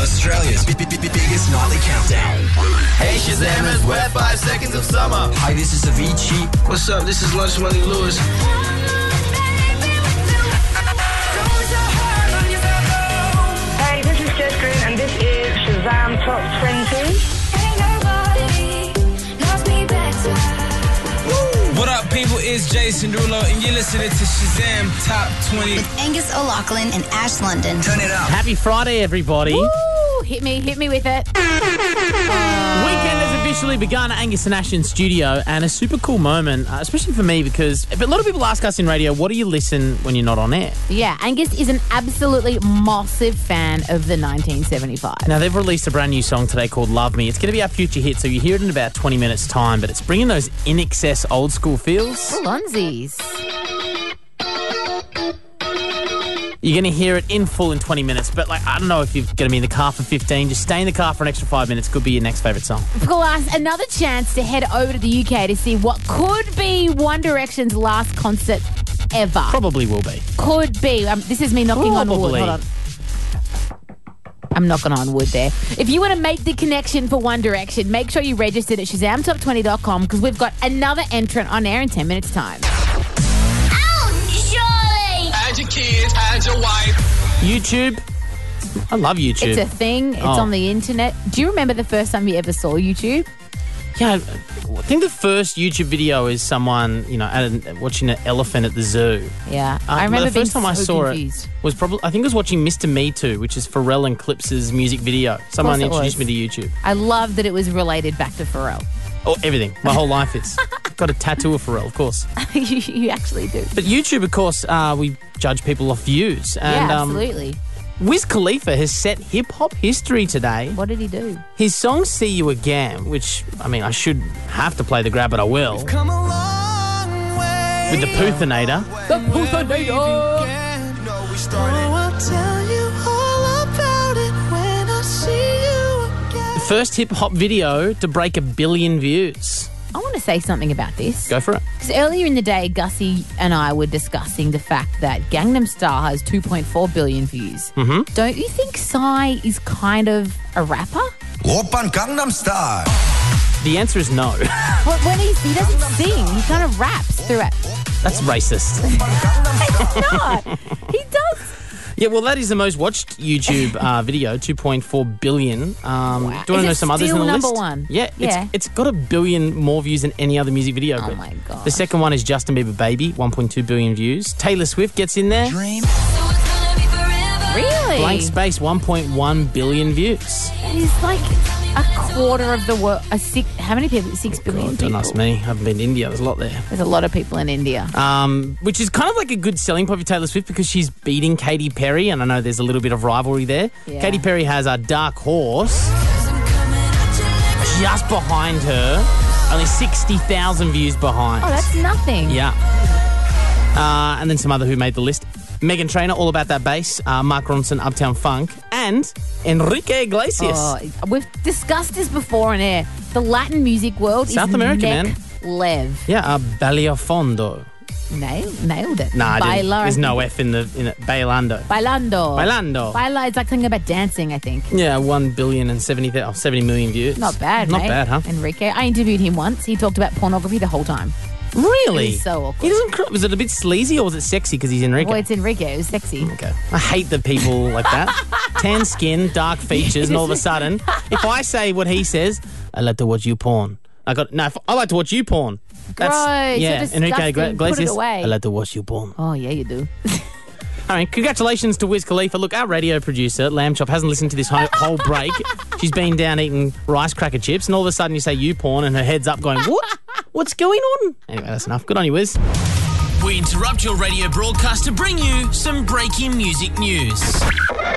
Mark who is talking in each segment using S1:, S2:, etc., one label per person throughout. S1: Australia's b- b- b- biggest nightly countdown.
S2: Hey Shazammers, we're five seconds of summer.
S1: Hi, this is Avicii.
S3: What's up? This is Lunch Money Lewis.
S4: Hey, this is Jess Green, and this is Shazam Top 20.
S5: What up, people? It's Jason Derulo, and you're listening to Shazam Top 20.
S6: with Angus O'Loughlin and Ash London.
S1: Turn it up.
S7: Happy Friday, everybody.
S8: Ooh, hit me, hit me with it.
S7: Weekend has officially begun at Angus and Ash in studio, and a super cool moment, uh, especially for me because but a lot of people ask us in radio, what do you listen when you're not on air?
S8: Yeah, Angus is an absolutely massive fan of the 1975.
S7: Now, they've released a brand new song today called Love Me. It's going to be our future hit, so you hear it in about 20 minutes' time, but it's bringing those in excess old school feels.
S8: Lonzies.
S7: You're going to hear it in full in 20 minutes, but like, I don't know if you're going to be in the car for 15. Just stay in the car for an extra five minutes. Could be your next favourite song.
S8: Of course, another chance to head over to the UK to see what could be One Direction's last concert ever.
S7: Probably will be.
S8: could be. Um, this is me knocking on wood.
S7: Probably.
S8: Hold on. I'm knocking on wood there. If you want to make the connection for One Direction, make sure you registered at ShazamTop20.com because we've got another entrant on air in 10 minutes' time.
S2: And your kids, and your wife.
S7: YouTube. I love YouTube.
S8: It's a thing. It's
S7: Oh.
S8: on the internet. Do you remember the first time you ever saw YouTube?
S7: Yeah, I think the first YouTube video is someone you know at an, watching an elephant at the zoo.
S8: Yeah,
S7: Uh,
S8: I remember
S7: the first
S8: being
S7: time I
S8: so
S7: saw
S8: confused.
S7: it was probably I think I was watching Mr. Me Too, which is Pharrell and Clips's music video. Someone
S8: it
S7: introduced
S8: was.
S7: me to YouTube.
S8: I love that it was related back to Pharrell.
S7: Oh, everything. My whole life is. Got a tattoo of Pharrell, of course.
S8: you, you actually do.
S7: But YouTube, of course, uh, we judge people off views. And
S8: yeah,
S7: um,
S8: absolutely.
S7: Wiz Khalifa has set hip hop history today.
S8: what did he do?
S7: His song "See You Again," which I mean, I should have to play the grab, but I will.
S2: Come a long way.
S7: With the Poothinator.
S8: The Putha Data.
S2: No, we started. Oh, I'll tell you all about it when I see you again.
S7: First hip hop video to break a billion views.
S8: I want to say something about this.
S7: Go for it.
S8: Because earlier in the day, Gussie and I were discussing the fact that Gangnam Style has 2.4 billion views. Mm-hmm. Don't you think Psy is kind of a rapper?
S1: Open Gangnam Style.
S7: The answer is no.
S8: But when he, he doesn't sing, he kind of raps throughout.
S7: That's racist.
S8: No, he does.
S7: Yeah, well, that is the most watched YouTube uh, video, 2.4 billion. Um,
S8: Wow.
S7: Do you want
S8: Is
S7: to know
S8: it
S7: some others in
S8: still
S7: the
S8: number
S7: list?
S8: one?
S7: Yeah,
S8: Yeah.
S7: It's, it's got a billion more views than any other music video.
S8: Oh
S7: but
S8: my
S7: The
S8: god.
S7: second one is Justin Bieber Baby, 1.2 billion views. Taylor Swift gets in there.
S8: Really?
S7: Blank Space, 1.1 billion views.
S8: He's like a quarter of the world. A six, how many people? Six billion
S7: Oh, God, don't
S8: people.
S7: ask me. I haven't been to India. There's a lot there.
S8: There's a lot of people in India.
S7: um, which is kind of like a good selling point for Taylor Swift because she's beating Katy Perry, and I know there's a little bit of rivalry there.
S8: Yeah.
S7: Katy Perry has a dark horse just behind her, only 60,000 views behind.
S8: oh, that's nothing.
S7: yeah. Uh, and then some other who made the list. Megan Trainor, All About That Bass, uh, Mark Ronson, Uptown Funk, and Enrique Iglesias.
S8: Oh, we've discussed this before on air. The Latin music world
S7: South
S8: is
S7: America, man.
S8: neck Lev.
S7: Yeah, uh, Baleofondo.
S8: Nail, nailed it.
S7: Nah, I didn't.
S8: Bailar-
S7: there's no F in the in it. Bailando.
S8: Bailando.
S7: Bailando.
S8: Baila is like something about dancing, I think.
S7: Yeah, 1 billion and 70, thou- oh, 70 million views.
S8: Not bad,
S7: Not
S8: mate.
S7: bad, huh?
S8: Enrique. I interviewed him once. He talked about pornography the whole time.
S7: Really?
S8: He's so awkward.
S7: He doesn't. cr- Was it a bit sleazy or was it sexy because he's Enrique?
S8: Well, it's Enrique. It was sexy.
S7: okay. I hate the people like that. Tan skin, dark features, and all of a sudden, if I say what he says, I like to watch you porn. I got no. if- I like to watch you porn.
S8: Gross,
S7: yeah.
S8: you're
S7: Enrique
S8: disgusting. Put
S7: Igle-
S8: it
S7: Iglesias.
S8: away.
S7: I like to watch you porn.
S8: Oh, yeah, you do.
S7: All right, congratulations to Wiz Khalifa. Look, our radio producer, Lamb Chop, hasn't listened to this whole, whole break. She's been down eating rice cracker chips, and all of a sudden you say you porn, and her head's up going, What? What's going on? Anyway, that's enough. Good on you, Wiz. We interrupt your radio broadcast to bring you some breaking music news.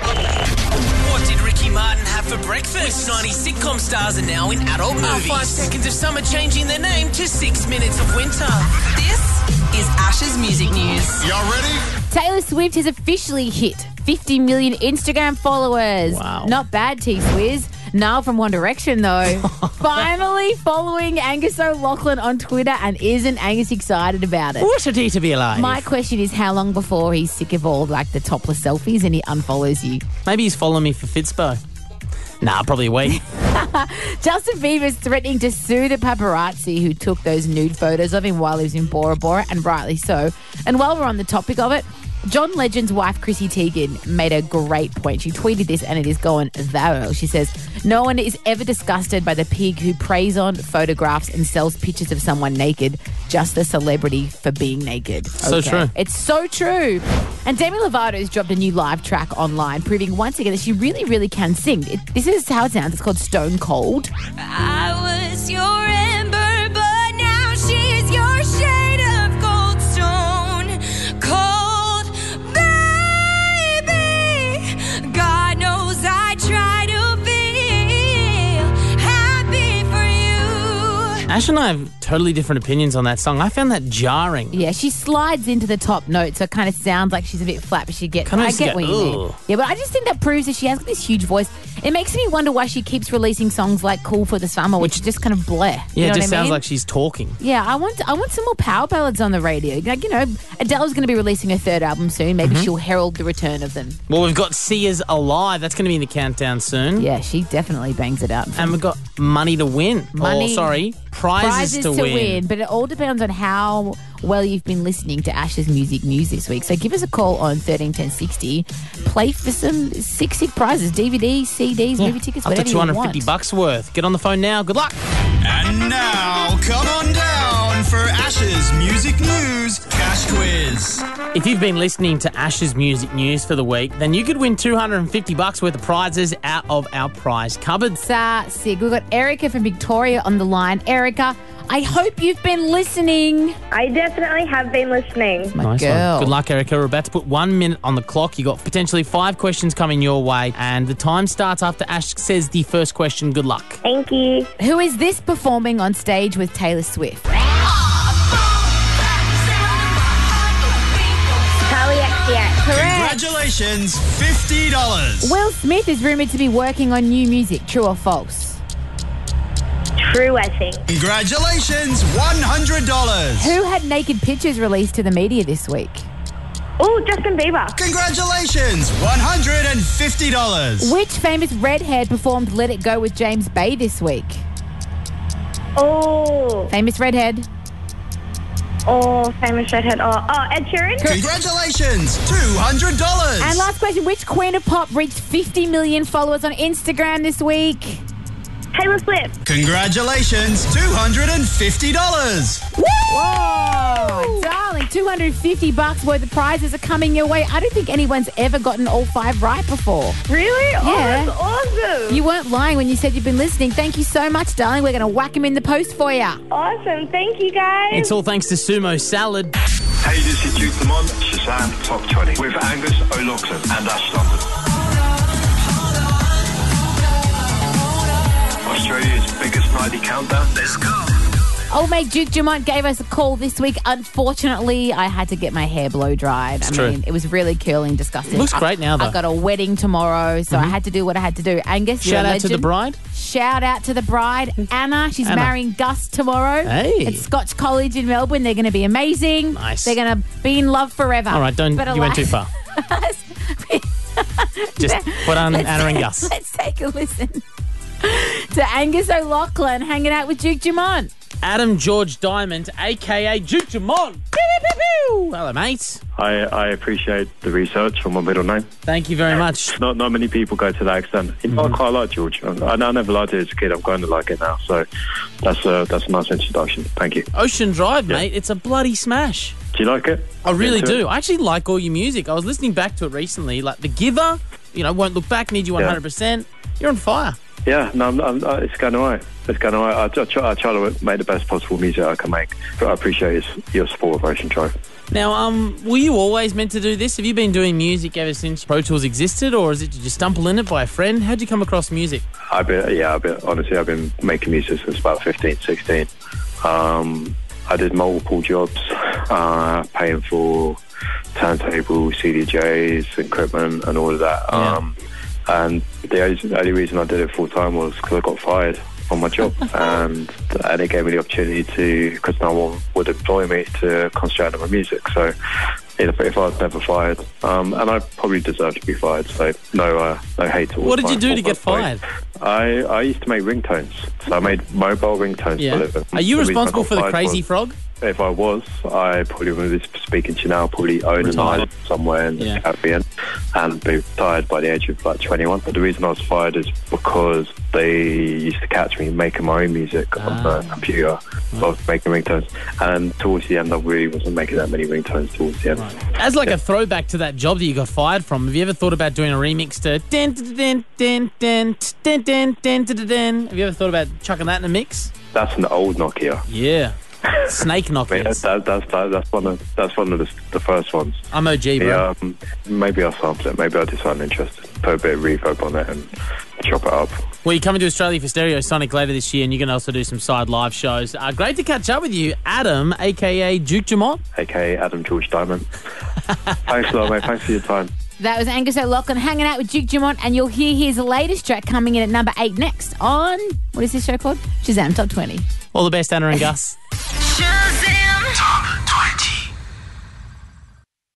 S5: What did Ricky Martin have for breakfast? 90 sitcom stars are now in adult movies. Five seconds of summer changing their name to six minutes of winter.
S9: This is Ash's music news.
S8: Taylor Swift has officially hit 50 million Instagram followers.
S7: Wow.
S8: Not bad, T Swizz. Now from One Direction, though. Finally following Angus O'Loughlin on Twitter, and isn't Angus excited about it?
S7: What a day to be alive.
S8: My question is how long before he's sick of all like the topless selfies and he unfollows you?
S7: Maybe he's following me for Fitzbo. Nah, probably a week.
S8: Justin Bieber's threatening to sue the paparazzi who took those nude photos of him while he was in Bora Bora, and rightly so. And while we're on the topic of it, John Legend's wife, Chrissy Teigen, made a great point. She tweeted this and it is going viral. She says, No one is ever disgusted by the pig who preys on, photographs, and sells pictures of someone naked, just the celebrity for being naked.
S7: So true.
S8: It's so true. And Demi Lovato's dropped a new live track online, proving once again that she really, really can sing. It, this is how it sounds. It's called Stone Cold.
S2: I was your ember, but now she's your shade of gold stone. Cold, baby. God knows I try to be happy for you.
S7: Ash and I have totally different opinions on that song. I found that jarring.
S8: Yeah, she slides into the top note, so it kind of sounds like she's a bit flat, but she gets.
S7: Kinda
S8: I
S7: just
S8: get
S7: get,
S8: what you mean.
S7: "Ugh."
S8: Yeah, but I just think that proves that she has got this huge voice. It makes me wonder why she keeps releasing songs like "Cool for the Summer," which just kind of bleh.
S7: Yeah,
S8: you know
S7: it
S8: what
S7: just
S8: I
S7: sounds
S8: mean?
S7: like she's talking.
S8: Yeah, I want I want some more power ballads on the radio. Like you know, Adele's going to be releasing her third album
S7: Mm-hmm.
S8: soon. Maybe she'll herald the return of them.
S7: Well, we've got Sia's Alive. That's going to be in the countdown soon.
S8: Yeah, she definitely bangs it out.
S7: And we've got Money to Win.
S8: Money-
S7: Or, sorry, Prizes, to, win.
S8: but it all depends on how well you've been listening to Ash's music news this week. So give us a call on thirteen ten sixty. Play for some sick sick prizes, DVD, CDs,
S7: Yeah.
S8: movie tickets,
S7: Up to
S8: whatever you
S7: 250
S8: want.
S7: bucks worth. Get on the phone now. Good luck.
S1: And now, come on down for Ash's Music News Cash Quiz.
S7: If you've been listening to Ash's music news for the week, then you could win 250 bucks worth of prizes out of our prize cupboard.
S8: Sa sick. We've got Erica from Victoria on the line. Erica, I hope you've been listening.
S4: I definitely have been listening.
S8: My
S7: Nice
S8: girl.
S7: one. Good luck, Erica. We're about to put one minute on the clock. You got potentially five questions coming your way, and the time starts after Ash says the first question. Good luck.
S4: Thank you.
S8: Who is this performing on stage with Taylor Swift?
S4: Charlie XCX.
S8: Correct.
S1: Congratulations, $50.
S8: Will Smith is rumored to be working on new music. True or false?
S4: True, I think.
S1: Congratulations, $100.
S8: Who had naked pictures released to the media this week?
S4: Oh, Justin Bieber.
S1: Congratulations, $150.
S8: Which famous redhead performed Let It Go with James Bay this week?
S4: Oh,
S8: Famous redhead.
S4: oh, famous redhead. Oh, oh, Ed Sheeran.
S1: Congratulations, $200.
S8: And last question Which queen of pop reached 50 million followers on Instagram this week?
S4: Taylor Swift.
S1: Congratulations, $250.
S8: Whoa! Darling, 250 bucks worth of prizes are coming your way. I don't think anyone's ever gotten all five right before.
S4: Really?
S8: Yeah.
S4: Oh, that's awesome.
S8: You weren't lying when you said you've been listening. Thank you so much, darling. We're going to whack him in the post for you.
S4: awesome. Thank you, guys.
S7: It's all thanks to Sumo Salad.
S10: Hey, this is Duke Dumont, Shazam Top 20 with Angus O'Loughlin and Ash London. Australia's biggest nightly countdown. Let's go.
S8: Old mate Duke Dumont gave us a call this week. Unfortunately, I had to get my hair blow dried. I
S7: true.
S8: mean, it was really curling, disgusting.
S7: Looks
S8: I-
S7: great now, though. Mm-hmm.
S8: I've got a wedding tomorrow, so I had to do what I had to do. Angus, you're
S7: Shout
S8: a
S7: out to the
S8: legend.
S7: bride.
S8: Shout out to the bride, Anna. She's
S7: Anna.
S8: marrying Gus tomorrow.
S7: Hey.
S8: At Scotch College in Melbourne. They're going to be amazing.
S7: Nice.
S8: They're going to be in love forever.
S7: All right, don't.
S8: But
S7: you went
S8: alas-
S7: too far. Just put on
S8: Let's-
S7: Anna and Gus.
S8: Let's take a listen to Angus O'Loughlin hanging out with Duke Dumont.
S7: Adam George Diamond, aka Duke Dumont. Pew, pew, pew, pew. Hello, mate.
S10: I, I appreciate the research on my middle name.
S7: Thank you very much.
S10: Not not many people go to that extent. You know, I quite like George. I, I never liked it as a kid. I'm going to like it now. So that's a, that's a nice introduction. Thank you.
S7: Ocean Drive, mate. It's a bloody smash.
S10: Do you like it?
S7: I really
S10: Into it?
S7: do. I actually like all your music. I was listening back to it recently, like The Giver. You know, won't look back. Need you one hundred percent. You're on fire.
S10: Yeah, no, I'm, I'm, uh, it's going away. It's going away. I, I, try, I try to make the best possible music I can make. But I appreciate your, your support of Ocean Drive.
S7: Now, um, were you always meant to do this? Have you been doing music ever since Pro Tools existed, or is it did you stumble in it by a friend? How'd you come across music?
S10: I've been, yeah, I've been, honestly, I've been making music since about 15, 16. Um, I did multiple jobs, uh, paying for turntable, CDJs, equipment, and all of that.
S7: Yeah.
S10: Um, and the only, the only reason I did it full time was because I got fired from my job, and and it gave me the opportunity to because no one would employ me to concentrate on my music. So if, if I was never fired. Um, and I probably deserve to be fired, so no, uh, no hate towards
S7: What did
S10: my
S7: you do to
S10: former
S7: get
S10: employer.
S7: fired?
S10: I, I used to make ringtones, so I made mobile ringtones for a
S7: Yeah.
S10: living.
S7: Are you
S10: The reason I
S7: responsible
S10: got
S7: for the
S10: fired
S7: crazy
S10: was-
S7: frog?
S10: If I was, I probably would be speaking to you now, probably own an
S7: Retired.
S10: island somewhere in
S7: Yeah.
S10: the Caribbean and be retired by the age of like 21. But the reason I was fired is because they used to catch me making my own music on
S7: Ah.
S10: the computer. So I was making ringtones. And towards the end, I really wasn't making that many ringtones towards the end.
S7: As like a throwback to that job that you got fired from, have you ever thought about doing a remix to din din din din din din din din din? Have you ever thought about chucking that in a mix?
S10: That's an old Nokia.
S7: Yeah. Snake
S10: I mean,
S7: knockers.
S10: that, that's, that, that's one of, that's one of the, the first ones.
S7: I'm OG, bro.
S10: Yeah, um, maybe I'll sample it. Maybe I'll do something interesting. Put a bit of reverb on it and chop it up.
S7: Well, you're coming to Australia for Stereo Sonic later this year, and you're going to also do some side live shows. Uh, great to catch up with you, Adam, aka Duke Dumont.
S10: aka Adam George Diamond. Thanks a lot, mate. Thanks for your time.
S8: That was Angus O'Loughlin hanging out with Duke Dumont, and you'll hear his latest track coming in at number eight next on what is this show called? Shazam Top 20.
S7: All the best, Anna and Gus.
S2: Shazam!